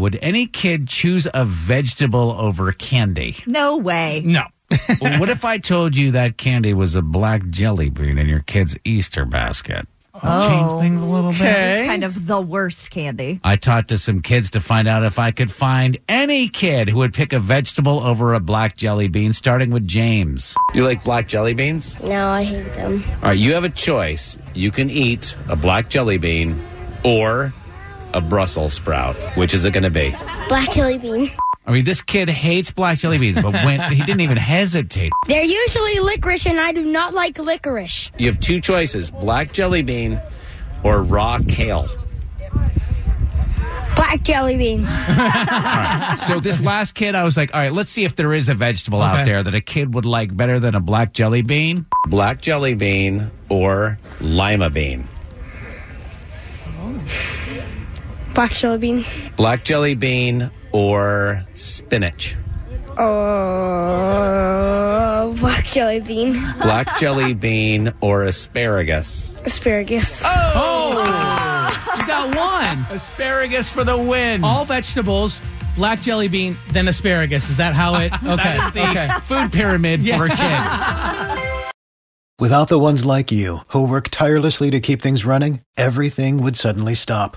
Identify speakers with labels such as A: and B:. A: Would any kid choose a vegetable over candy?
B: No way.
C: No.
A: Well, what if I told you that candy was a black jelly bean in your kid's Easter basket?
B: Oh.
C: Change things a little
B: That
C: bit.
B: is kind of the worst candy.
A: I talked to some kids to find out if I could find any kid who would pick a vegetable over a black jelly bean, starting with James. You like black jelly beans?
D: No, I hate them.
A: All right, you have a choice. You can eat a black jelly bean or a Brussels sprout. Which is it going to be?
D: Black jelly bean.
A: I mean, this kid hates black jelly beans, but when he didn't even hesitate.
D: They're usually licorice, and I do not like licorice.
A: You have two choices black jelly bean or raw kale.
D: Black jelly bean.
A: So this last kid, I was like, all right, let's see if there is a vegetable out
C: Okay.
A: there that a kid would like better than a black jelly bean.
E: black jelly bean or lima bean.
D: Black jelly bean.
E: Black jelly bean or spinach.
D: Oh, black jelly bean.
E: Black jelly bean or asparagus.
D: Asparagus.
C: You got one.
A: Asparagus for the win.
C: All vegetables, black jelly bean, then asparagus. Is that how it? Okay. okay.
A: food pyramid for a kid.
F: Without the ones like you, who work tirelessly to keep things running, everything would suddenly stop.